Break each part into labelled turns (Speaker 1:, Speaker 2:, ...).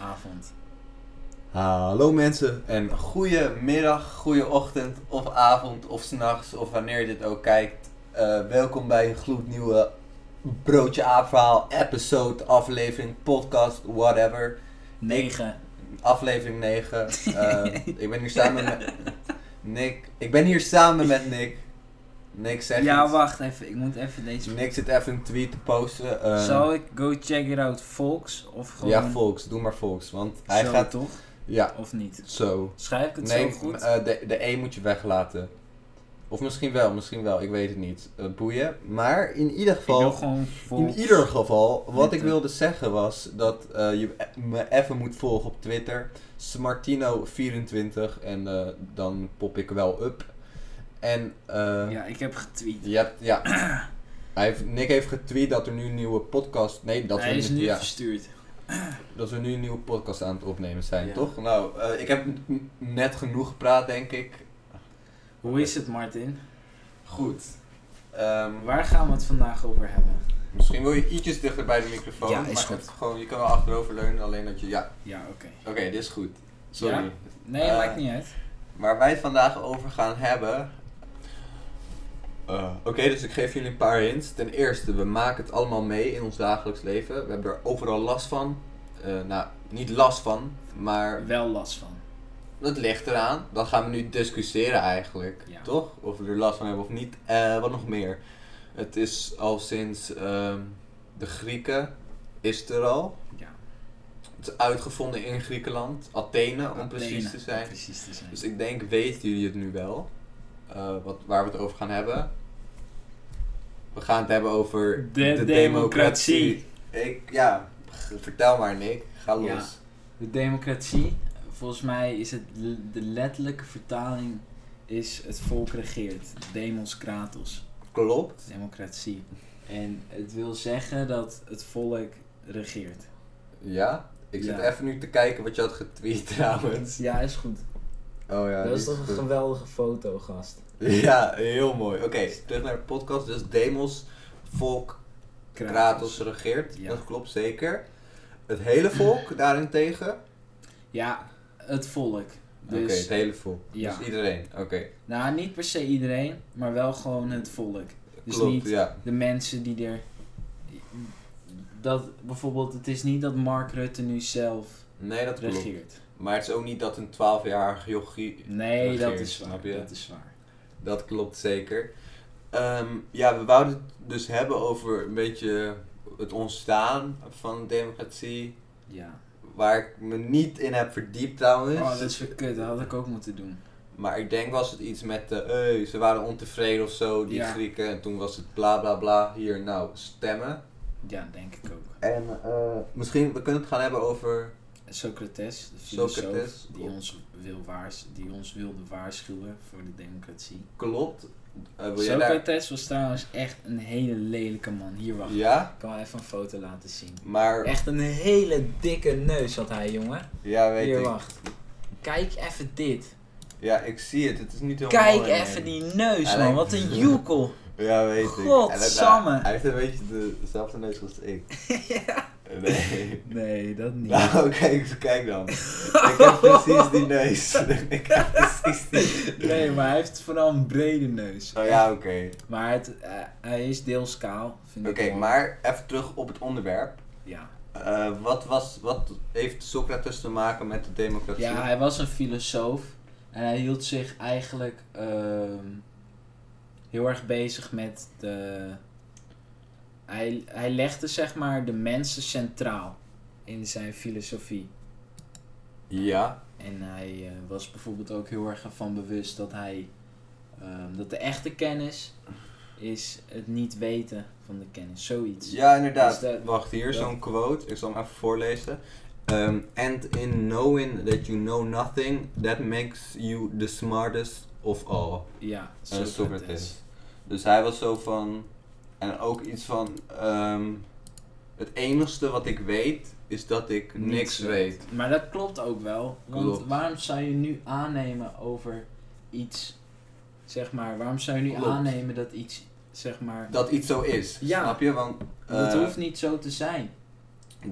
Speaker 1: avond.
Speaker 2: Hallo mensen.
Speaker 1: En goedemiddag, goede ochtend of avond of s'nachts of wanneer je dit ook kijkt. Eh, welkom bij een gloednieuwe Broodje Aapverhaal episode, aflevering, podcast, whatever.
Speaker 3: 9.
Speaker 1: Aflevering 9. Eh, ik ben hier samen met Nick. Ik ben hier samen met Nick. Nick zegt
Speaker 3: Ja,
Speaker 1: iets.
Speaker 3: wacht even. Ik moet even deze...
Speaker 1: Nick zit even een tweet te posten. eh,
Speaker 3: Zal ik go check it out volks? Of gewoon...
Speaker 1: Ja, Volks. Doe maar Volks. Want hij
Speaker 3: Zo
Speaker 1: gaat...
Speaker 3: toch?
Speaker 1: Ja,
Speaker 3: Of niet?
Speaker 1: zo.
Speaker 3: Schrijf ik het
Speaker 1: nee,
Speaker 3: zo goed?
Speaker 1: m- eh, de, de E moet je weglaten. Of misschien wel, misschien wel, ik weet het niet. Eh, boeien. Maar in ieder
Speaker 3: ik wil
Speaker 1: geval.
Speaker 3: gewoon eh. volks.
Speaker 1: In ieder geval, wat ik
Speaker 3: Witte.
Speaker 1: wilde zeggen was dat eh, je e- me even moet volgen op Twitter. Smartino24 en eh, dan pop ik wel up. En eh,
Speaker 3: Ja, ik heb getweet.
Speaker 1: je hebt, ja. Hij heeft, Nick heeft getweet dat er nu een nieuwe podcast. Nee, dat
Speaker 3: Hij
Speaker 1: we
Speaker 3: is nu
Speaker 1: ja,
Speaker 3: verstuurd.
Speaker 1: dat we nu een nieuwe podcast aan het opnemen zijn,
Speaker 3: Ja.
Speaker 1: toch? Nou, eh, ik heb n- net genoeg gepraat, denk ik.
Speaker 3: Hoe is het, Martin?
Speaker 1: Goed. Ehm,
Speaker 3: Waar gaan we het vandaag over hebben?
Speaker 1: misschien wil je ietsjes dichter bij de microfoon.
Speaker 3: Ja, is
Speaker 1: maar
Speaker 3: goed.
Speaker 1: het gewoon, je kan wel achterover leunen, alleen dat je... Ja,
Speaker 3: Ja, oké.
Speaker 1: oké, dit is goed. Sorry.
Speaker 3: Ja? Nee,
Speaker 1: Eh,
Speaker 3: maakt niet uit.
Speaker 1: Waar wij het vandaag over gaan hebben... Eh, oké, dus ik geef jullie een paar hints. Ten eerste, we maken het allemaal mee in ons dagelijks leven. We hebben er overal last van. Eh, nou, niet last van, maar
Speaker 3: Wel last van.
Speaker 1: Dat ligt eraan. Dan gaan we nu discussiëren eigenlijk,
Speaker 3: Ja.
Speaker 1: toch? Of we er last van hebben of niet. Eh, wat nog meer? Het is al sinds ehm, de Grieken is het er al.
Speaker 3: Ja.
Speaker 1: Het is uitgevonden in Griekenland, Athene om precies
Speaker 3: Athene,
Speaker 1: te
Speaker 3: om
Speaker 1: zijn.
Speaker 3: Precies te zijn.
Speaker 1: Dus ik denk weten jullie het nu wel, eh, wat, waar we het over gaan hebben. We gaan het hebben over
Speaker 3: De democratie.
Speaker 1: Ik, ja, g- vertel maar Nick, ga los.
Speaker 3: Ja. De democratie, volgens mij is het l- de letterlijke vertaling is het volk regeert. Demos kratos,
Speaker 1: Klopt.
Speaker 3: democratie. En het wil zeggen dat het volk regeert.
Speaker 1: Ja? Ik zit
Speaker 3: Ja.
Speaker 1: even nu te kijken wat je had getweet trouwens.
Speaker 3: Ja, is goed.
Speaker 1: Oh ja.
Speaker 3: dat
Speaker 1: die
Speaker 3: is toch
Speaker 1: goed.
Speaker 3: een geweldige foto, gast.
Speaker 1: Ja, heel mooi. Oké, terug naar de podcast. Dus Demos, volk, Kratos, regeert.
Speaker 3: Ja.
Speaker 1: Dat klopt zeker. Het hele volk daarentegen?
Speaker 3: Ja, het volk.
Speaker 1: Oké,
Speaker 3: Dus,
Speaker 1: het hele volk.
Speaker 3: Ja.
Speaker 1: Dus iedereen. Oké,
Speaker 3: nou niet per se iedereen, maar wel gewoon het volk. Dus
Speaker 1: klopt.
Speaker 3: niet
Speaker 1: Ja.
Speaker 3: de mensen die er... Dat, bijvoorbeeld, het is niet dat Mark Rutte nu zelf
Speaker 1: Nee, dat klopt.
Speaker 3: regeert.
Speaker 1: Maar het is ook niet dat een 12-jarige jochie...
Speaker 3: Nee, dat
Speaker 1: Regeert,
Speaker 3: is
Speaker 1: snap
Speaker 3: waar.
Speaker 1: je?
Speaker 3: Dat is waar.
Speaker 1: Dat klopt zeker. Ehm, ja, we wouden het dus hebben over een beetje het ontstaan van democratie.
Speaker 3: Ja.
Speaker 1: Waar ik me niet in heb verdiept trouwens.
Speaker 3: Oh, dat is weer kut. Dat had ik ook moeten doen.
Speaker 1: Maar ik denk was het iets met, eh hey, ze waren ontevreden of zo, die
Speaker 3: Ja.
Speaker 1: Grieken. En toen was het bla bla bla, hier nou, stemmen.
Speaker 3: Ja, denk ik ook.
Speaker 1: En eh, misschien, we kunnen het gaan hebben over...
Speaker 3: Socrates, de filosoof,
Speaker 1: Socrates,
Speaker 3: die,
Speaker 1: klopt.
Speaker 3: ons wil waars die ons wilde waarschuwen voor de democratie.
Speaker 1: Klopt. Eh, wil jij daar...
Speaker 3: Socrates was trouwens echt een hele lelijke man. Hier, wacht.
Speaker 1: Ja,
Speaker 3: Ik kan wel even een foto laten zien.
Speaker 1: maar...
Speaker 3: Echt een hele dikke neus had hij, jongen.
Speaker 1: Ja, weet
Speaker 3: Hier,
Speaker 1: ik.
Speaker 3: wacht. Kijk even dit.
Speaker 1: Ja, ik zie het. Het is niet heel
Speaker 3: Kijk
Speaker 1: mooi, nee.
Speaker 3: even die neus,
Speaker 1: Hij
Speaker 3: man.
Speaker 1: lijkt-
Speaker 3: Wat een joekel.
Speaker 1: Ja, weet ik.
Speaker 3: Godsamme.
Speaker 1: En het- Hij heeft een beetje de- dezelfde neus als ik. Nee.
Speaker 3: Nee, dat niet.
Speaker 1: Nou, kijk, kijk dan. Ik heb precies die neus. ik heb precies die...
Speaker 3: Nee, maar hij heeft vooral een brede neus.
Speaker 1: Oh ja, oké.
Speaker 3: Maar het, eh, hij is deels kaal, vind
Speaker 1: Oké,
Speaker 3: ik. wel.
Speaker 1: maar even terug op het onderwerp.
Speaker 3: Ja.
Speaker 1: Eh, wat, was, wat heeft Socrates te maken met de democratie?
Speaker 3: ja, hij was een filosoof. En hij hield zich eigenlijk ehm, heel erg bezig met de... Hij, hij legde zeg maar de mensen centraal in zijn filosofie.
Speaker 1: Ja,
Speaker 3: En hij eh, was bijvoorbeeld ook heel erg ervan bewust dat hij... ehm, dat de echte kennis is het niet weten van de kennis. Zoiets.
Speaker 1: ja inderdaad.
Speaker 3: Dus dat-
Speaker 1: Wacht, hier is
Speaker 3: dat-
Speaker 1: zo'n quote. Ik zal hem even voorlezen. Ehm, And in knowing that you know nothing, that makes you the smartest of all.
Speaker 3: Ja,
Speaker 1: Eh, Socrates. Dus hij was zo van. En ook iets van. ehm, het enigste wat ik weet is dat ik niks, weet.
Speaker 3: Maar dat klopt ook wel. Want
Speaker 1: Klopt.
Speaker 3: waarom zou je nu aannemen over iets, zeg maar, waarom zou je nu
Speaker 1: Klopt.
Speaker 3: aannemen dat iets, zeg maar,
Speaker 1: Dat iets zo is.
Speaker 3: Ja.
Speaker 1: Snap je? Want eh,
Speaker 3: dat hoeft niet zo te zijn.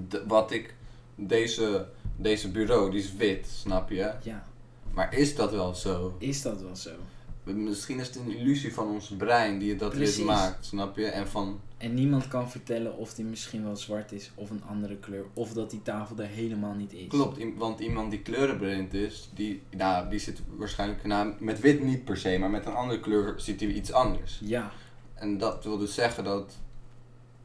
Speaker 1: d- wat ik deze deze bureau, die is wit, snap je?
Speaker 3: Ja,
Speaker 1: Maar is dat wel zo?
Speaker 3: is dat wel zo?
Speaker 1: Misschien is het een illusie van ons brein die het dat
Speaker 3: Precies.
Speaker 1: wit maakt, snap je? En van,
Speaker 3: En niemand kan vertellen of die misschien wel zwart is of een andere kleur. Of dat die tafel er helemaal niet is.
Speaker 1: klopt, i- want iemand die kleurenblind is, die, nou, die zit waarschijnlijk nou, met wit niet per se, maar met een andere kleur ziet hij iets anders.
Speaker 3: Ja,
Speaker 1: En dat wil dus zeggen dat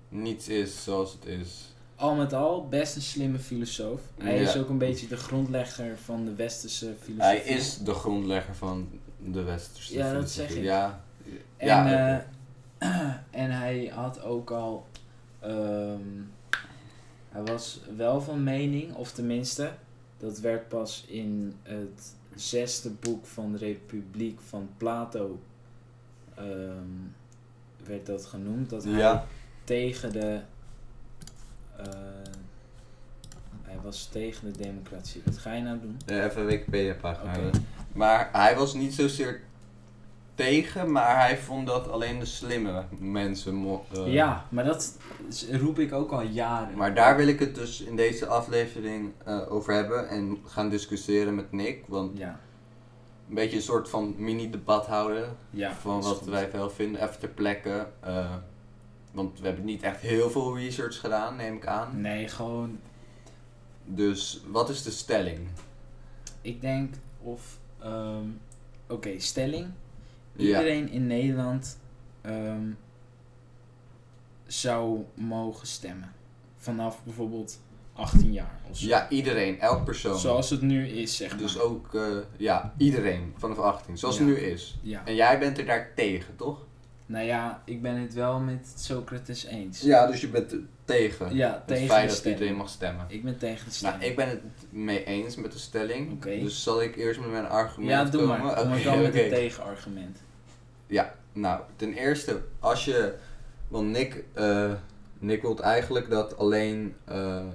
Speaker 1: niets is zoals het is.
Speaker 3: al met al best een slimme filosoof. Hij
Speaker 1: Ja.
Speaker 3: is ook een beetje de grondlegger van de westerse filosofie.
Speaker 1: Hij is de grondlegger van de westerse
Speaker 3: Dus Ja, dat
Speaker 1: filosofie.
Speaker 3: zeg ik.
Speaker 1: Ja,
Speaker 3: En,
Speaker 1: ja,
Speaker 3: eh, en hij had ook al. ehm, hij was wel van mening, of tenminste, dat werd pas in het zesde boek van de Republiek van Plato. ehm, werd dat genoemd. Dat hij
Speaker 1: Ja.
Speaker 3: tegen de. eh, hij was tegen de democratie. Wat ga je nou doen?
Speaker 1: eh, even een Wikipedia-pagina.
Speaker 3: Oké.
Speaker 1: Maar hij was niet zozeer tegen, maar hij vond dat alleen de slimme mensen. mo- eh,
Speaker 3: ja, maar dat is- roep ik ook al jaren.
Speaker 1: Maar daar wil ik het dus in deze aflevering eh, over hebben en gaan discussiëren met Nick. Want
Speaker 3: Ja,
Speaker 1: een beetje een soort van mini-debat houden
Speaker 3: ja.
Speaker 1: van
Speaker 3: dat is
Speaker 1: wat
Speaker 3: goed.
Speaker 1: wij wel vinden, even ter plekke. eh, want we hebben niet echt heel veel research gedaan, neem ik aan.
Speaker 3: Nee, gewoon.
Speaker 1: Dus wat is de stelling?
Speaker 3: Ik denk of. ehm, Oké, stelling.
Speaker 1: Ja.
Speaker 3: Iedereen in Nederland ehm, zou mogen stemmen. Vanaf bijvoorbeeld 18 jaar of zo.
Speaker 1: Ja, iedereen, elk persoon.
Speaker 3: Zoals het nu is, zeg maar.
Speaker 1: Dus ook, eh, ja, iedereen vanaf 18, zoals het
Speaker 3: Ja.
Speaker 1: nu is.
Speaker 3: Ja.
Speaker 1: En jij bent er daar tegen, toch?
Speaker 3: Nou ja, ik ben het wel met Socrates eens.
Speaker 1: Ja, dus je bent er tegen.
Speaker 3: Ja,
Speaker 1: het
Speaker 3: tegen
Speaker 1: feit
Speaker 3: de
Speaker 1: dat
Speaker 3: stelling.
Speaker 1: iedereen mag stemmen.
Speaker 3: Ik ben tegen de stelling.
Speaker 1: Nou, ik ben het mee eens met de stelling.
Speaker 3: Oké.
Speaker 1: Dus zal ik eerst met mijn argument
Speaker 3: ja, doe
Speaker 1: komen?
Speaker 3: maar. Kom maar
Speaker 1: Oké,
Speaker 3: dan met
Speaker 1: oké.
Speaker 3: een tegenargument.
Speaker 1: Nou, ten eerste, als je. Want Nick, eh, Nick wil eigenlijk dat alleen, eh,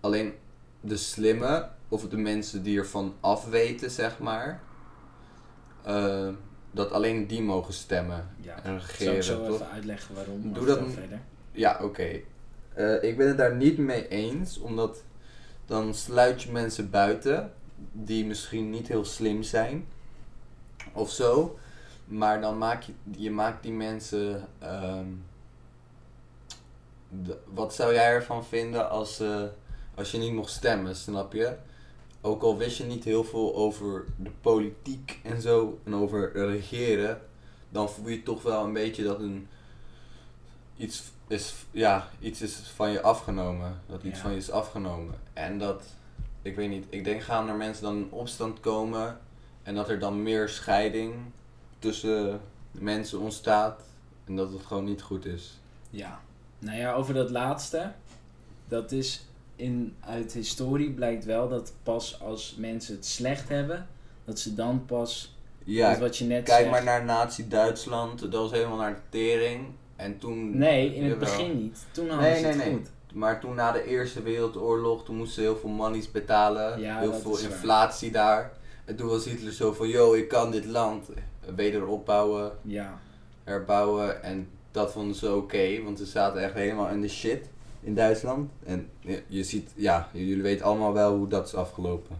Speaker 1: alleen de slimme, of de mensen die ervan afweten, zeg maar, eh, dat alleen die mogen stemmen
Speaker 3: Ja.
Speaker 1: en
Speaker 3: Zal ik
Speaker 1: regeren.
Speaker 3: zo
Speaker 1: toch?
Speaker 3: even uitleggen waarom. maar
Speaker 1: Doe dat
Speaker 3: vertel
Speaker 1: m-
Speaker 3: verder.
Speaker 1: Ja, oké. Eh, ik ben het daar niet mee eens, omdat dan sluit je mensen buiten die misschien niet heel slim zijn of zo. Maar dan maak je, je maakt die mensen. ehm, de- wat zou jij ervan vinden als, eh, als je niet mocht stemmen, snap je? Ook al wist je niet heel veel over de politiek en zo en over regeren, dan voel je toch wel een beetje dat een iets is, ja, iets is van je afgenomen. Dat iets
Speaker 3: Ja.
Speaker 1: van je is afgenomen. En dat, ik weet niet, ik denk gaan er mensen dan in opstand komen en dat er dan meer scheiding tussen mensen ontstaat en dat het gewoon niet goed is.
Speaker 3: Ja. Nou ja, over dat laatste. Dat is in, uit historie blijkt wel dat pas als mensen het slecht hebben, dat ze dan pas. dat
Speaker 1: Ja,
Speaker 3: wat je net
Speaker 1: kijk
Speaker 3: zegt.
Speaker 1: maar naar Nazi-Duitsland, dat was helemaal naar de tering. En toen.
Speaker 3: Nee, in het
Speaker 1: Jawel.
Speaker 3: begin niet. Toen hadden
Speaker 1: Nee,
Speaker 3: ze
Speaker 1: nee,
Speaker 3: het
Speaker 1: nee.
Speaker 3: goed.
Speaker 1: Maar toen na de Eerste Wereldoorlog, toen moesten ze heel veel monies betalen,
Speaker 3: Ja,
Speaker 1: heel
Speaker 3: dat
Speaker 1: veel
Speaker 3: is waar.
Speaker 1: inflatie daar. En toen was Hitler zo van, yo, ik kan dit land weder opbouwen,
Speaker 3: Ja.
Speaker 1: herbouwen. En dat vonden ze oké, want ze zaten echt helemaal in de shit in Duitsland. En je, je ziet, ja, jullie weten allemaal wel hoe dat is afgelopen.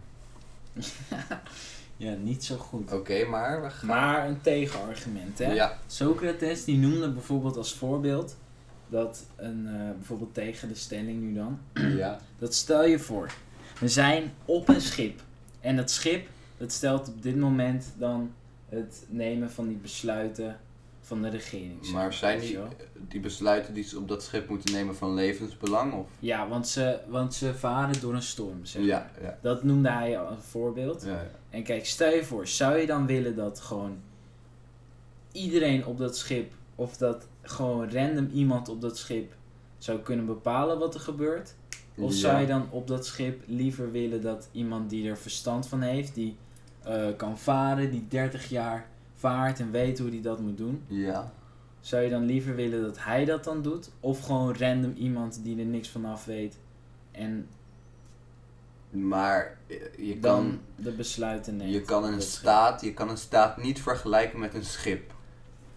Speaker 3: ja, niet zo goed.
Speaker 1: Oké, maar we gaan...
Speaker 3: Maar een tegenargument, hè?
Speaker 1: Ja,
Speaker 3: Socrates die noemde bijvoorbeeld als voorbeeld dat een, eh, bijvoorbeeld tegen de stelling nu dan,
Speaker 1: ja,
Speaker 3: Dat stel je voor. We zijn op een schip. En dat schip, dat stelt op dit moment dan het nemen van die besluiten van de regering. zeg
Speaker 1: maar zijn
Speaker 3: weet
Speaker 1: die,
Speaker 3: je wel.
Speaker 1: die besluiten die ze op dat schip moeten nemen van levensbelang? Of?
Speaker 3: Ja, want ze, want ze varen door een storm, zeg maar.
Speaker 1: Ja, ja,
Speaker 3: Dat noemde hij al een voorbeeld.
Speaker 1: ja, ja.
Speaker 3: En kijk, stel je voor, zou je dan willen dat gewoon iedereen op dat schip, of dat gewoon random iemand op dat schip zou kunnen bepalen wat er gebeurt? Of zou je dan op dat schip liever willen dat iemand die er verstand van heeft, die eh, kan varen, die 30 jaar vaart en weet hoe hij dat moet doen,
Speaker 1: Ja.
Speaker 3: zou je dan liever willen dat hij dat dan doet? Of gewoon random iemand die er niks van af weet en
Speaker 1: Maar eh, je
Speaker 3: dan
Speaker 1: kan,
Speaker 3: de besluiten neemt?
Speaker 1: je, kan
Speaker 3: op
Speaker 1: een
Speaker 3: dat schip?
Speaker 1: staat, je kan een staat niet vergelijken met een schip.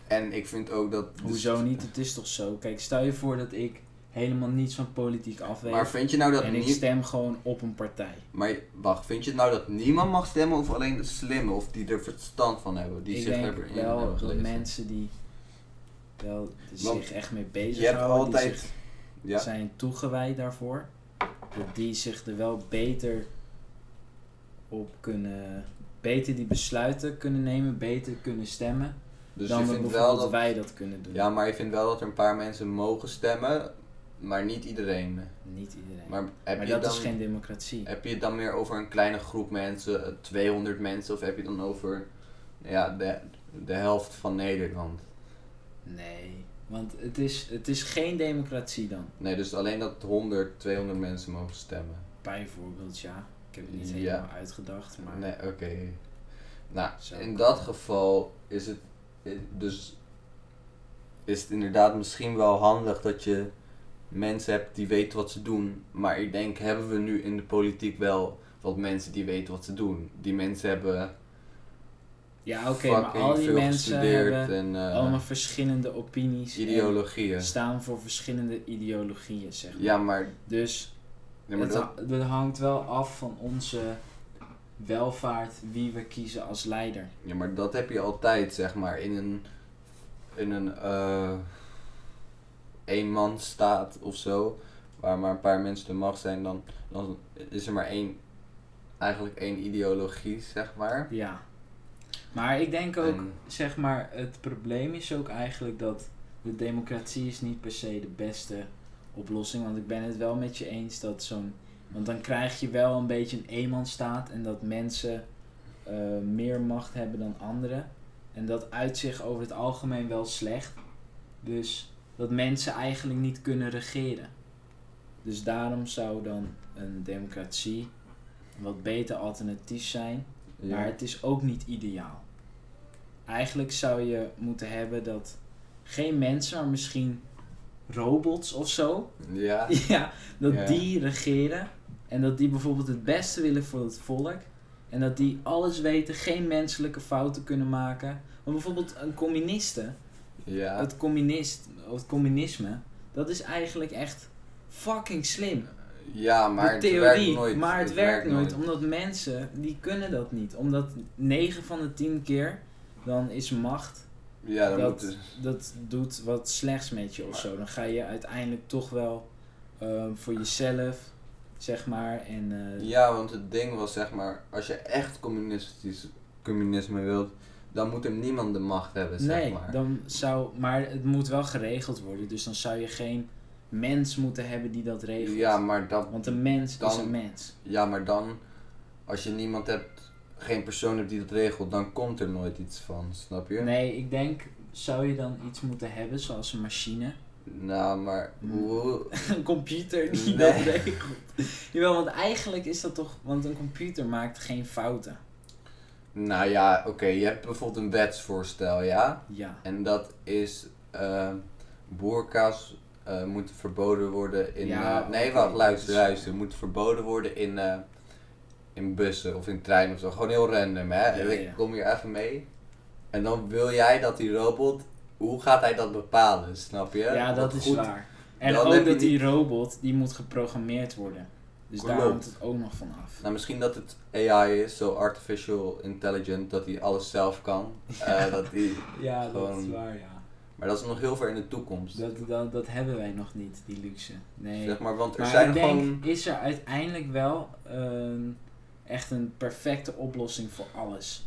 Speaker 1: En ik vind ook dat... de
Speaker 3: Hoezo
Speaker 1: st-
Speaker 3: niet? Het is toch zo? Kijk, stel je voor dat ik helemaal niets van politiek afweet.
Speaker 1: Maar vind je nou dat
Speaker 3: en ik
Speaker 1: nie-
Speaker 3: stem gewoon op een partij.
Speaker 1: Maar wacht, vind je nou dat niemand mag stemmen of alleen de slimme of die er verstand van hebben? Die
Speaker 3: ik
Speaker 1: zich
Speaker 3: denk
Speaker 1: erin
Speaker 3: wel
Speaker 1: hebben
Speaker 3: dat
Speaker 1: gelezen?
Speaker 3: mensen die wel
Speaker 1: Want
Speaker 3: zich echt mee
Speaker 1: Je hebt
Speaker 3: bezighouden, die
Speaker 1: altijd.
Speaker 3: zich
Speaker 1: Ja,
Speaker 3: zijn toegewijd daarvoor, dat die zich er wel beter op kunnen, beter die besluiten kunnen nemen, beter kunnen stemmen,
Speaker 1: dus
Speaker 3: dan
Speaker 1: je
Speaker 3: we
Speaker 1: vindt
Speaker 3: bijvoorbeeld
Speaker 1: wel dat.
Speaker 3: wij dat kunnen doen.
Speaker 1: Ja, maar je vindt wel dat er een paar mensen mogen stemmen, maar niet iedereen.
Speaker 3: Niet iedereen. Maar,
Speaker 1: Maar heb, je,
Speaker 3: dat
Speaker 1: dan,
Speaker 3: is geen democratie.
Speaker 1: heb je het dan meer over een kleine groep mensen, eh, 200 mensen, of heb je het dan over nou ja, de, de helft van Nederland?
Speaker 3: Nee, want het is, het is geen democratie dan.
Speaker 1: Nee, dus alleen dat 100, 200 mensen mogen stemmen.
Speaker 3: Bijvoorbeeld, ja. Ik heb het niet
Speaker 1: Ja.
Speaker 3: helemaal uitgedacht, maar...
Speaker 1: Nee, oké. Nou,
Speaker 3: Zo.
Speaker 1: in dat geval is het eh, dus is het inderdaad misschien wel handig dat je mensen hebt die weten wat ze doen, maar ik denk hebben we nu in de politiek wel wat mensen die weten wat ze doen. Die mensen hebben
Speaker 3: Ja, oké, maar
Speaker 1: fucking
Speaker 3: al die
Speaker 1: veel
Speaker 3: mensen
Speaker 1: gestudeerd
Speaker 3: hebben
Speaker 1: en eh,
Speaker 3: allemaal verschillende opinies. en
Speaker 1: ideologieën.
Speaker 3: Staan voor verschillende ideologieën, zeg maar.
Speaker 1: Ja, maar,
Speaker 3: Dus
Speaker 1: ja, maar
Speaker 3: het,
Speaker 1: dat,
Speaker 3: ha- het hangt wel af van onze welvaart wie we kiezen als leider.
Speaker 1: ja, maar dat heb je altijd zeg maar in een in een eh eenmansstaat of zo, waar maar een paar mensen de macht zijn, dan, dan is er maar één, eigenlijk één ideologie, zeg maar.
Speaker 3: Ja. Maar ik denk ook,
Speaker 1: En-
Speaker 3: zeg maar, het probleem is ook eigenlijk dat de democratie is niet per se de beste oplossing. Want ik ben het wel met je eens dat zo'n. Want dan krijg je wel een beetje een eenmansstaat en dat mensen eh, meer macht hebben dan anderen. En dat uit zich over het algemeen wel slecht. Dus dat mensen eigenlijk niet kunnen regeren. Dus daarom zou dan een democratie een wat beter alternatief zijn. Maar
Speaker 1: Ja.
Speaker 3: het is ook niet ideaal. Eigenlijk zou je moeten hebben dat geen mensen, maar misschien robots of zo,
Speaker 1: ja.
Speaker 3: ja, dat
Speaker 1: Ja.
Speaker 3: die regeren en dat die bijvoorbeeld het beste willen voor het volk en dat die alles weten, geen menselijke fouten kunnen maken. Maar bijvoorbeeld een communiste,
Speaker 1: Ja.
Speaker 3: het, communist, het communisme, dat is eigenlijk echt fucking slim
Speaker 1: Ja, maar
Speaker 3: de
Speaker 1: het
Speaker 3: theorie,
Speaker 1: werkt nooit.
Speaker 3: maar het, werkt, nooit, omdat mensen die kunnen dat niet. Omdat 9 van de 10 keer dan is macht
Speaker 1: Ja, dan
Speaker 3: dat,
Speaker 1: moet
Speaker 3: dat doet wat slechts met je of
Speaker 1: Maar-
Speaker 3: zo. Dan ga je uiteindelijk toch wel eh, voor jezelf, zeg maar. En eh,
Speaker 1: Ja, want het ding was zeg maar, als je echt communistisch communisme wilt, dan moet er niemand de macht hebben, zeg
Speaker 3: nee,
Speaker 1: maar.
Speaker 3: dan zou, maar het moet wel geregeld worden. Dus dan zou je geen mens moeten hebben die dat regelt.
Speaker 1: ja, maar dat,
Speaker 3: Want een mens is
Speaker 1: Dan-
Speaker 3: een mens.
Speaker 1: ja, maar dan, als je niemand hebt, geen persoon hebt die dat regelt, dan komt er nooit iets van, snap je?
Speaker 3: Nee, ik denk, zou je dan iets moeten hebben, zoals een machine?
Speaker 1: Nou, maar
Speaker 3: Hmm.
Speaker 1: hoe...
Speaker 3: een computer die
Speaker 1: Nee.
Speaker 3: dat regelt. Jawel, want eigenlijk is dat toch... Want een computer maakt geen fouten.
Speaker 1: Nou ja, oké, je hebt bijvoorbeeld een wetsvoorstel, ja?
Speaker 3: Ja.
Speaker 1: En dat is, eh boerka's eh, moeten verboden worden in...
Speaker 3: Ja,
Speaker 1: eh, nee,
Speaker 3: oké,
Speaker 1: wacht, luister,
Speaker 3: dat is-
Speaker 1: luister. Moeten verboden worden in, eh, in bussen of in treinen of zo. Gewoon heel random, hè?
Speaker 3: Ja,
Speaker 1: ik
Speaker 3: ja.
Speaker 1: kom hier even mee. En dan wil jij dat die robot... Hoe gaat hij dat bepalen, snap je?
Speaker 3: Ja, dat
Speaker 1: Wat
Speaker 3: is
Speaker 1: goed-
Speaker 3: waar. En
Speaker 1: Dan
Speaker 3: ook
Speaker 1: heb je
Speaker 3: dat die robot, die moet geprogrammeerd worden. Dus daar
Speaker 1: Klopt.
Speaker 3: hangt het ook nog van af.
Speaker 1: Nou, misschien dat het AI is, zo artificial intelligent, dat hij alles zelf kan. Eh, dat die...
Speaker 3: Ja,
Speaker 1: dat Gewoon- is
Speaker 3: waar, ja.
Speaker 1: Maar dat is nog heel ver in de toekomst.
Speaker 3: Dat, dat, dat hebben wij nog niet, die luxe. Nee.
Speaker 1: Zeg maar, want er
Speaker 3: maar
Speaker 1: zijn
Speaker 3: ik denk,
Speaker 1: gewoon.
Speaker 3: is er uiteindelijk wel een- echt een perfecte oplossing voor alles.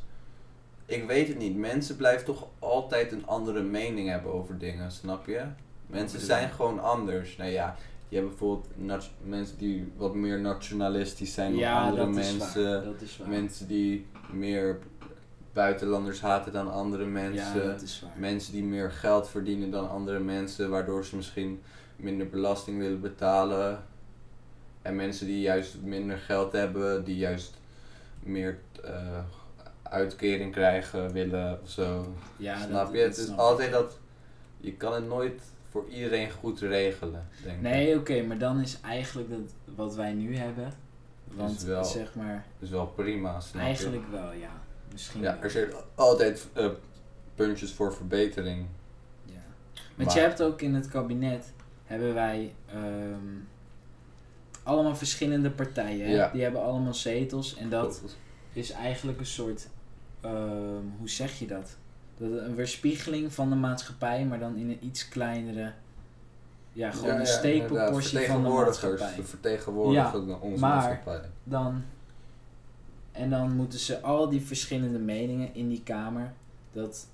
Speaker 1: Ik weet het niet. Mensen blijven toch altijd een andere mening hebben over dingen, snap je? Mensen
Speaker 3: bedoel
Speaker 1: zijn
Speaker 3: je?
Speaker 1: gewoon anders. Nou ja, je hebt bijvoorbeeld nat- mensen die wat meer nationalistisch zijn dan
Speaker 3: ja,
Speaker 1: andere
Speaker 3: dat is waar.
Speaker 1: mensen.
Speaker 3: Dat is waar.
Speaker 1: Mensen die meer buitenlanders haten dan andere mensen.
Speaker 3: ja, dat is waar.
Speaker 1: mensen die meer geld verdienen dan andere mensen, waardoor ze misschien minder belasting willen betalen. En mensen die juist minder geld hebben, die juist meer eh, uitkering krijgen, willen of zo.
Speaker 3: Ja, dat-
Speaker 1: snap je?
Speaker 3: dat
Speaker 1: het is
Speaker 3: snap ik.
Speaker 1: altijd dat. Je kan het nooit voor iedereen goed regelen, denk ik.
Speaker 3: Nee, oké, maar dan is eigenlijk dat wat wij nu hebben. Want
Speaker 1: Is wel-
Speaker 3: zeg maar,
Speaker 1: Dat is wel prima, snap je?
Speaker 3: eigenlijk wel, ja. Misschien
Speaker 1: Ja,
Speaker 3: wel.
Speaker 1: er zijn altijd eh, puntjes voor verbetering.
Speaker 3: Ja. Want
Speaker 1: Maar-
Speaker 3: je hebt ook in het kabinet hebben wij ehm, allemaal verschillende partijen. hè?
Speaker 1: Ja.
Speaker 3: Die hebben allemaal zetels en dat is eigenlijk een soort, ehm, hoe zeg je dat? dat is een weerspiegeling van de maatschappij, maar dan in een iets kleinere, ja, gewoon
Speaker 1: Ja,
Speaker 3: een
Speaker 1: ja,
Speaker 3: steekproportie
Speaker 1: inderdaad.
Speaker 3: van de
Speaker 1: Vertegenwoordigers,
Speaker 3: maatschappij.
Speaker 1: de vertegenwoordigers van onze
Speaker 3: maar-
Speaker 1: maatschappij.
Speaker 3: Dan, en dan moeten ze al die verschillende meningen in die kamer, dat,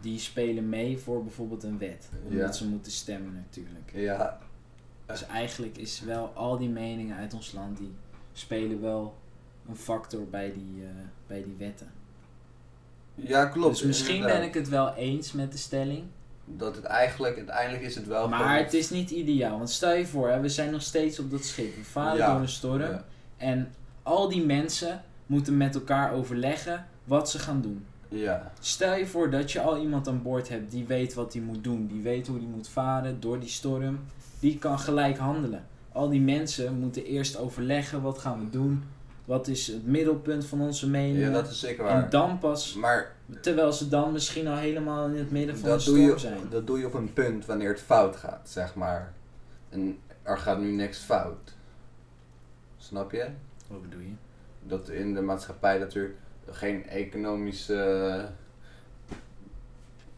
Speaker 3: die spelen mee voor bijvoorbeeld een wet. Omdat
Speaker 1: Ja.
Speaker 3: ze moeten stemmen natuurlijk.
Speaker 1: Ja,
Speaker 3: Dus eigenlijk is wel al die meningen uit ons land, die spelen wel een factor bij die, eh, bij die wetten.
Speaker 1: ja klopt.
Speaker 3: dus misschien
Speaker 1: inderdaad.
Speaker 3: ben ik het wel eens met de stelling.
Speaker 1: Dat het eigenlijk, uiteindelijk is het wel
Speaker 3: Maar
Speaker 1: gewoon-
Speaker 3: het is niet ideaal. Want stel je voor, hè, we zijn nog steeds op dat schip. We varen
Speaker 1: Ja,
Speaker 3: door een storm.
Speaker 1: ja.
Speaker 3: En al die mensen moeten met elkaar overleggen wat ze gaan doen.
Speaker 1: Ja,
Speaker 3: Stel je voor dat je al iemand aan boord hebt die weet wat hij moet doen. Die weet hoe hij moet varen door die storm. Die kan gelijk handelen. Al die mensen moeten eerst overleggen wat gaan we doen. Wat is het middelpunt van onze mening.
Speaker 1: ja dat is zeker
Speaker 3: en eh,
Speaker 1: waar.
Speaker 3: dan pas,
Speaker 1: Maar
Speaker 3: terwijl ze dan misschien al helemaal in het midden van
Speaker 1: dat
Speaker 3: de
Speaker 1: doe,
Speaker 3: storm
Speaker 1: je,
Speaker 3: zijn.
Speaker 1: dat doe je op een punt wanneer het fout gaat, zeg maar. En er gaat nu niks fout. Snap je?
Speaker 3: Wat bedoel je?
Speaker 1: Dat in de maatschappij dat er geen economische eh,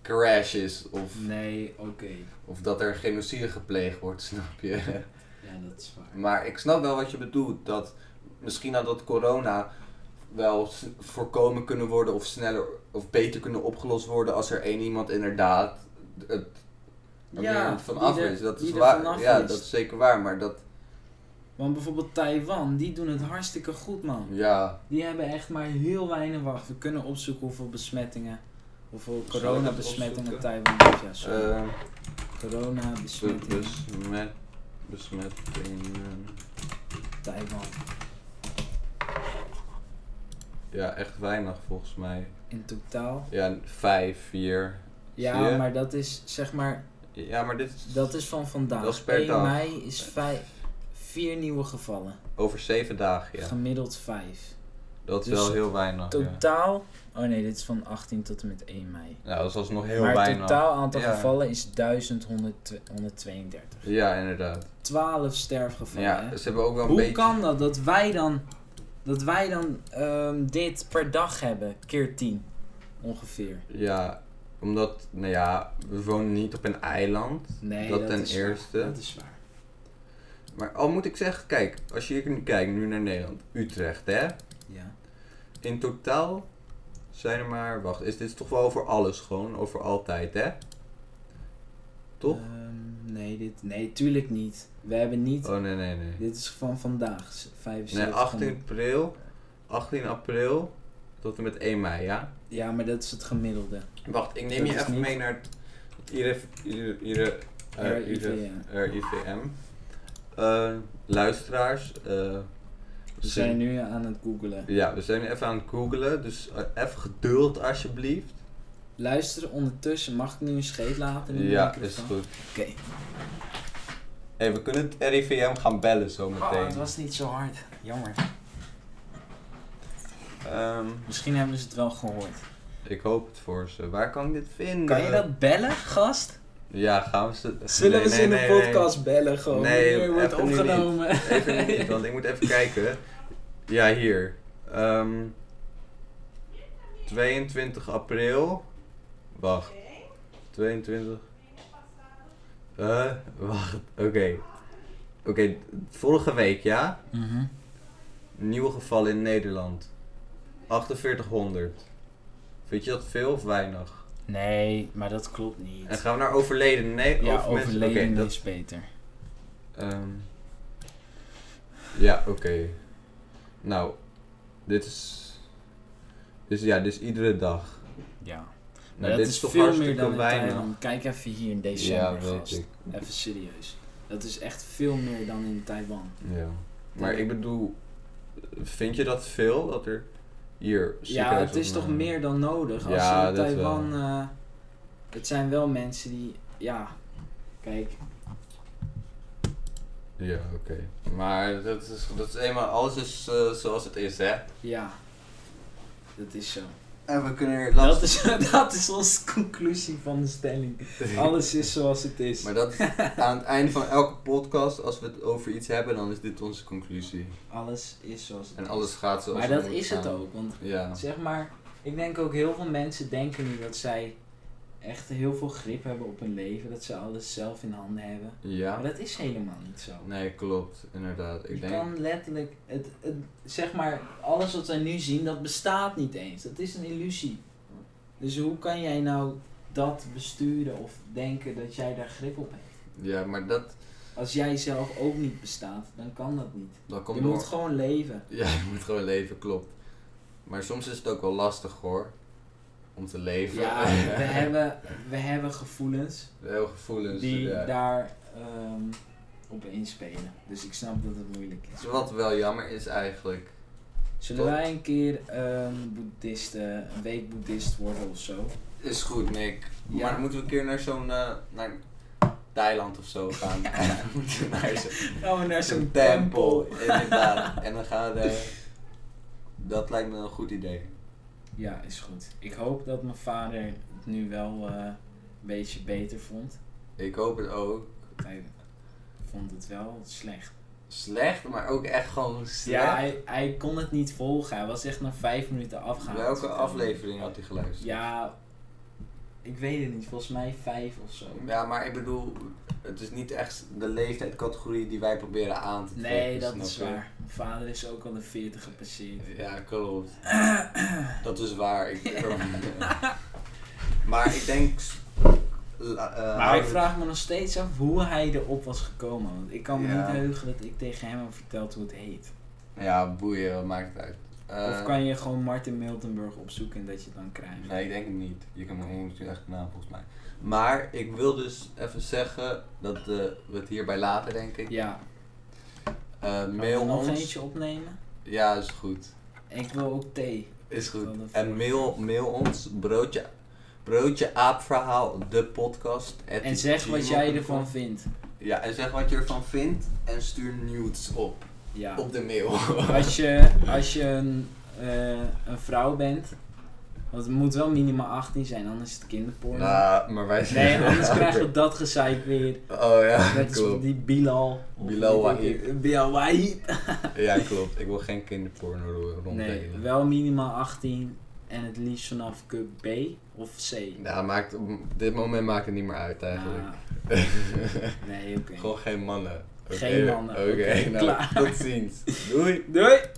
Speaker 1: crash is. Of,
Speaker 3: Nee, oké.
Speaker 1: of dat er genocide gepleegd wordt, snap je?
Speaker 3: Ja, dat is waar.
Speaker 1: Maar ik snap wel wat je bedoelt. Dat misschien had dat corona wel s- voorkomen kunnen worden of sneller of beter kunnen opgelost worden als er één iemand inderdaad het er meer van
Speaker 3: die
Speaker 1: af
Speaker 3: er-
Speaker 1: is. Dat
Speaker 3: die
Speaker 1: is
Speaker 3: er
Speaker 1: waar.
Speaker 3: vanaf
Speaker 1: Ja,
Speaker 3: is.
Speaker 1: dat is zeker waar. Maar dat
Speaker 3: Want bijvoorbeeld Taiwan, die doen het hartstikke goed, man.
Speaker 1: ja,
Speaker 3: Die hebben echt maar heel weinig wacht. We kunnen opzoeken hoeveel besmettingen, hoeveel
Speaker 1: Zal ik
Speaker 3: coronabesmettingen
Speaker 1: dat
Speaker 3: Taiwan heeft. Ja, sorry.
Speaker 1: eh dus- be-
Speaker 3: coronabesmettingen
Speaker 1: besmet eh, besmettingen.
Speaker 3: Taiwan.
Speaker 1: Ja, echt weinig volgens mij.
Speaker 3: In totaal.
Speaker 1: Ja, vijf, vier. Zie
Speaker 3: Ja,
Speaker 1: je?
Speaker 3: maar dat is zeg maar,
Speaker 1: Ja, maar dit is
Speaker 3: dat is van vandaag.
Speaker 1: Dat is per
Speaker 3: 1
Speaker 1: dag.
Speaker 3: mei is vijf, vier nieuwe gevallen.
Speaker 1: over zeven dagen, ja.
Speaker 3: Gemiddeld vijf.
Speaker 1: Dat is
Speaker 3: Dus
Speaker 1: wel heel weinig. ja.
Speaker 3: Totaal. Oh nee, dit is van 18 tot en met 1 mei.
Speaker 1: Nou, dat is alsnog heel
Speaker 3: maar het
Speaker 1: weinig.
Speaker 3: totaal aantal
Speaker 1: Ja.
Speaker 3: gevallen is 1132.
Speaker 1: Ja, inderdaad.
Speaker 3: 12 sterfgevallen.
Speaker 1: Ja,
Speaker 3: hè?
Speaker 1: ze hebben ook wel een
Speaker 3: Hoe
Speaker 1: beetje...
Speaker 3: kan dat dat wij dan, dat wij dan ehm, dit per dag hebben, keer 10 ongeveer?
Speaker 1: Ja, omdat, nou ja, we wonen niet op een eiland.
Speaker 3: Nee,
Speaker 1: Dat
Speaker 3: dat,
Speaker 1: ten
Speaker 3: is waar.
Speaker 1: eerste.
Speaker 3: Dat is waar.
Speaker 1: Maar al moet ik zeggen, kijk, als je hier nu kijkt, nu naar Nederland, Utrecht, hè.
Speaker 3: Ja.
Speaker 1: In totaal zijn er maar, wacht, is dit toch wel over alles gewoon, over altijd, hè? Toch?
Speaker 3: Ehm, nee, dit, nee, tuurlijk niet. We hebben niet.
Speaker 1: Oh, nee, nee, nee.
Speaker 3: Dit is van vandaag, s- 75.
Speaker 1: Nee, 18
Speaker 3: van-
Speaker 1: april, 18 april tot en met 1 mei, ja?
Speaker 3: Ja, maar dat is het gemiddelde.
Speaker 1: Wacht, ik neem
Speaker 3: Dat
Speaker 1: je
Speaker 3: is
Speaker 1: even
Speaker 3: niet-
Speaker 1: mee naar het IRF, IR, IR, eh,
Speaker 3: RIVM.
Speaker 1: RIVM. Eh, luisteraars, eh, we
Speaker 3: We zijn nu aan het googelen.
Speaker 1: Ja, we zijn even aan het googelen, dus eh, even geduld alsjeblieft.
Speaker 3: Luisteren ondertussen, mag ik nu een scheet laten? in de
Speaker 1: Ja,
Speaker 3: microfoon?
Speaker 1: is goed.
Speaker 3: Oké.
Speaker 1: hey, we kunnen het RIVM gaan bellen
Speaker 3: Oh,
Speaker 1: zometeen.
Speaker 3: het was niet zo hard. Jammer.
Speaker 1: Ehm,
Speaker 3: Misschien hebben ze het wel gehoord.
Speaker 1: ik hoop het voor ze. Waar kan ik dit vinden?
Speaker 3: Kan je dat bellen, gast?
Speaker 1: Ja, gaan we ze...
Speaker 3: Zullen
Speaker 1: Nee,
Speaker 3: we ze
Speaker 1: nee,
Speaker 3: in de
Speaker 1: nee, nee.
Speaker 3: podcast bellen gewoon?
Speaker 1: Nee,
Speaker 3: Wanneer wordt
Speaker 1: even nu niet.
Speaker 3: opgenomen.
Speaker 1: Even niet, want ik moet even kijken. Ja, hier. Ehm 22 april. Wacht. 22. Eh, wacht. Oké. Oké, vorige week, ja?
Speaker 3: Mhm.
Speaker 1: Nieuwe gevallen in Nederland. 4800. Vind je dat veel of weinig?
Speaker 3: Nee, maar dat klopt
Speaker 1: En
Speaker 3: niet.
Speaker 1: gaan we naar overleden? Nee,
Speaker 3: Ja,
Speaker 1: of mensen-
Speaker 3: overleden
Speaker 1: Oké, dat
Speaker 3: is beter.
Speaker 1: Ehm. ja, oké. Nou, dit is. Dus ja, dit is iedere dag.
Speaker 3: Ja. Maar
Speaker 1: Nou,
Speaker 3: dat
Speaker 1: dit
Speaker 3: is, veel meer dan in
Speaker 1: weinig.
Speaker 3: Thailand. Kijk even hier in
Speaker 1: Ja,
Speaker 3: december,
Speaker 1: weet
Speaker 3: gast.
Speaker 1: ik.
Speaker 3: Even serieus. Dat is echt veel meer dan in Taiwan.
Speaker 1: Ja. Maar ik bedoel, vind je dat veel dat er hier.
Speaker 3: Ja,
Speaker 1: ziekenhuisopnames-
Speaker 3: het is toch meer dan nodig. Als
Speaker 1: Ja,
Speaker 3: je in
Speaker 1: dat
Speaker 3: Taiwan... eh, het zijn wel mensen die... Ja, kijk. eh.
Speaker 1: Ja, oké. Maar dat is, dat is eenmaal, alles is eh, zoals het is, hè?
Speaker 3: Ja. Dat is zo.
Speaker 4: En we kunnen er last
Speaker 3: Dat is, dat is onze conclusie van de stelling. Alles is zoals het is.
Speaker 1: Maar dat aan het einde van elke podcast, als we het over iets hebben, dan is dit onze conclusie.
Speaker 3: Alles is zoals het
Speaker 1: En
Speaker 3: is.
Speaker 1: alles gaat zoals
Speaker 3: maar
Speaker 1: het
Speaker 3: dat
Speaker 1: moet
Speaker 3: is het
Speaker 1: gaan.
Speaker 3: ook. Want
Speaker 1: Ja.
Speaker 3: zeg maar, ik denk ook heel veel mensen denken nu dat zij echt heel veel grip hebben op hun leven. Dat ze alles zelf in handen hebben. Maar
Speaker 1: Ja.
Speaker 3: dat is helemaal niet zo.
Speaker 1: Nee, klopt. Inderdaad.
Speaker 3: je
Speaker 1: Ik denk...
Speaker 3: kan letterlijk, het, het, zeg maar, alles wat wij nu zien, dat bestaat niet eens. Dat is een illusie. Dus hoe kan jij nou dat besturen of denken dat jij daar grip op hebt?
Speaker 1: Ja, maar dat...
Speaker 3: Als jij zelf ook niet bestaat, dan kan dat niet.
Speaker 1: Dat komt
Speaker 3: je
Speaker 1: door...
Speaker 3: moet gewoon leven.
Speaker 1: Ja, je moet gewoon leven, klopt. Maar soms is het ook wel lastig hoor. Om te leven.
Speaker 3: Ja, we hebben, we hebben gevoelens
Speaker 1: Heel gevoelens.
Speaker 3: die
Speaker 1: ja.
Speaker 3: daar ehm, op inspelen. Dus ik snap dat het moeilijk is.
Speaker 1: Dus Wat wel jammer is eigenlijk.
Speaker 3: Zullen wij een keer ehm boeddhisten, een week boeddhist worden of zo?
Speaker 1: Is goed, Nick.
Speaker 3: Ja.
Speaker 1: Maar dan moeten we een keer naar zo'n. eh, naar Thailand of zo gaan. Dan moeten we Oh, naar zo'n
Speaker 3: Gaan we naar
Speaker 1: zo'n tempel. Inderdaad. En dan gaan we daar. Dat lijkt me een goed idee.
Speaker 3: Ja, is goed. Ik hoop dat mijn vader het nu wel eh, een beetje beter vond.
Speaker 1: Ik hoop het ook.
Speaker 3: Hij vond het wel slecht.
Speaker 1: Slecht, maar ook echt gewoon slecht.
Speaker 3: Ja, hij, hij kon het niet volgen. Hij was echt na vijf minuten afgehaald.
Speaker 1: Welke aflevering had hij geluisterd?
Speaker 3: Ja, ik weet het niet. Volgens mij vijf of zo.
Speaker 1: Ja, maar ik bedoel, het is niet echt de leeftijdcategorie die wij proberen aan te trekken.
Speaker 3: Nee, dat
Speaker 1: snap
Speaker 3: is
Speaker 1: je?
Speaker 3: waar. Mijn vader is ook al de veertig gepasseerd.
Speaker 1: Ja, klopt. dat is waar. Ik, eh. maar ik denk. s- la- eh,
Speaker 3: Maar ik
Speaker 1: houden-
Speaker 3: vraag me nog steeds af hoe hij erop was gekomen. Want ik kan me
Speaker 1: Ja.
Speaker 3: niet heugen dat ik tegen hem heb verteld hoe het heet.
Speaker 1: Ja, boeien, wat maakt het uit? Eh,
Speaker 3: of kan je gewoon Martin Miltenburg opzoeken en dat je het dan krijgt?
Speaker 1: Nee, ik denk het niet. Je kan me gewoon niet echt naam volgens mij. Maar ik wil dus even zeggen dat eh, we het hierbij laten, denk ik.
Speaker 3: Ja,
Speaker 1: Eh,
Speaker 3: Kan ik
Speaker 1: mail
Speaker 3: er nog
Speaker 1: ons.
Speaker 3: eentje opnemen.
Speaker 1: Ja, is goed.
Speaker 3: En ik wil ook thee.
Speaker 1: Is goed.
Speaker 3: Van de
Speaker 1: En mail, mail ons broodje, broodje aapverhaal, de podcast. at
Speaker 3: En zeg wat
Speaker 1: gmail.com.
Speaker 3: jij ervan vindt.
Speaker 1: Ja, en zeg wat je ervan vindt en stuur nudes op.
Speaker 3: Ja.
Speaker 1: Op de mail.
Speaker 3: Als je, als je een, eh, een vrouw bent, want het moet wel minimaal 18 zijn, anders is het kinderporno.
Speaker 1: Nou, maar wij
Speaker 3: Nee, anders krijgen we dat gezeik weer.
Speaker 1: Oh ja,
Speaker 3: Net als
Speaker 1: klopt.
Speaker 3: die Bilal. of
Speaker 1: Bilal
Speaker 3: weet ik- Bilal Wahid.
Speaker 1: Ja, klopt. Ik wil geen kinderporno eh, ro-
Speaker 3: Nee,
Speaker 1: rondtelen.
Speaker 3: wel minimaal 18 en het liefst vanaf cup B of C.
Speaker 1: Ja, maakt, op dit moment maakt het niet meer uit eigenlijk.
Speaker 3: nee, oké.
Speaker 1: Gewoon geen mannen. Oké,
Speaker 3: Ah. Geen mannen.
Speaker 1: Oké,
Speaker 3: Oké,
Speaker 1: nou,
Speaker 3: klaar.
Speaker 1: tot ziens. Doei.
Speaker 3: Doei!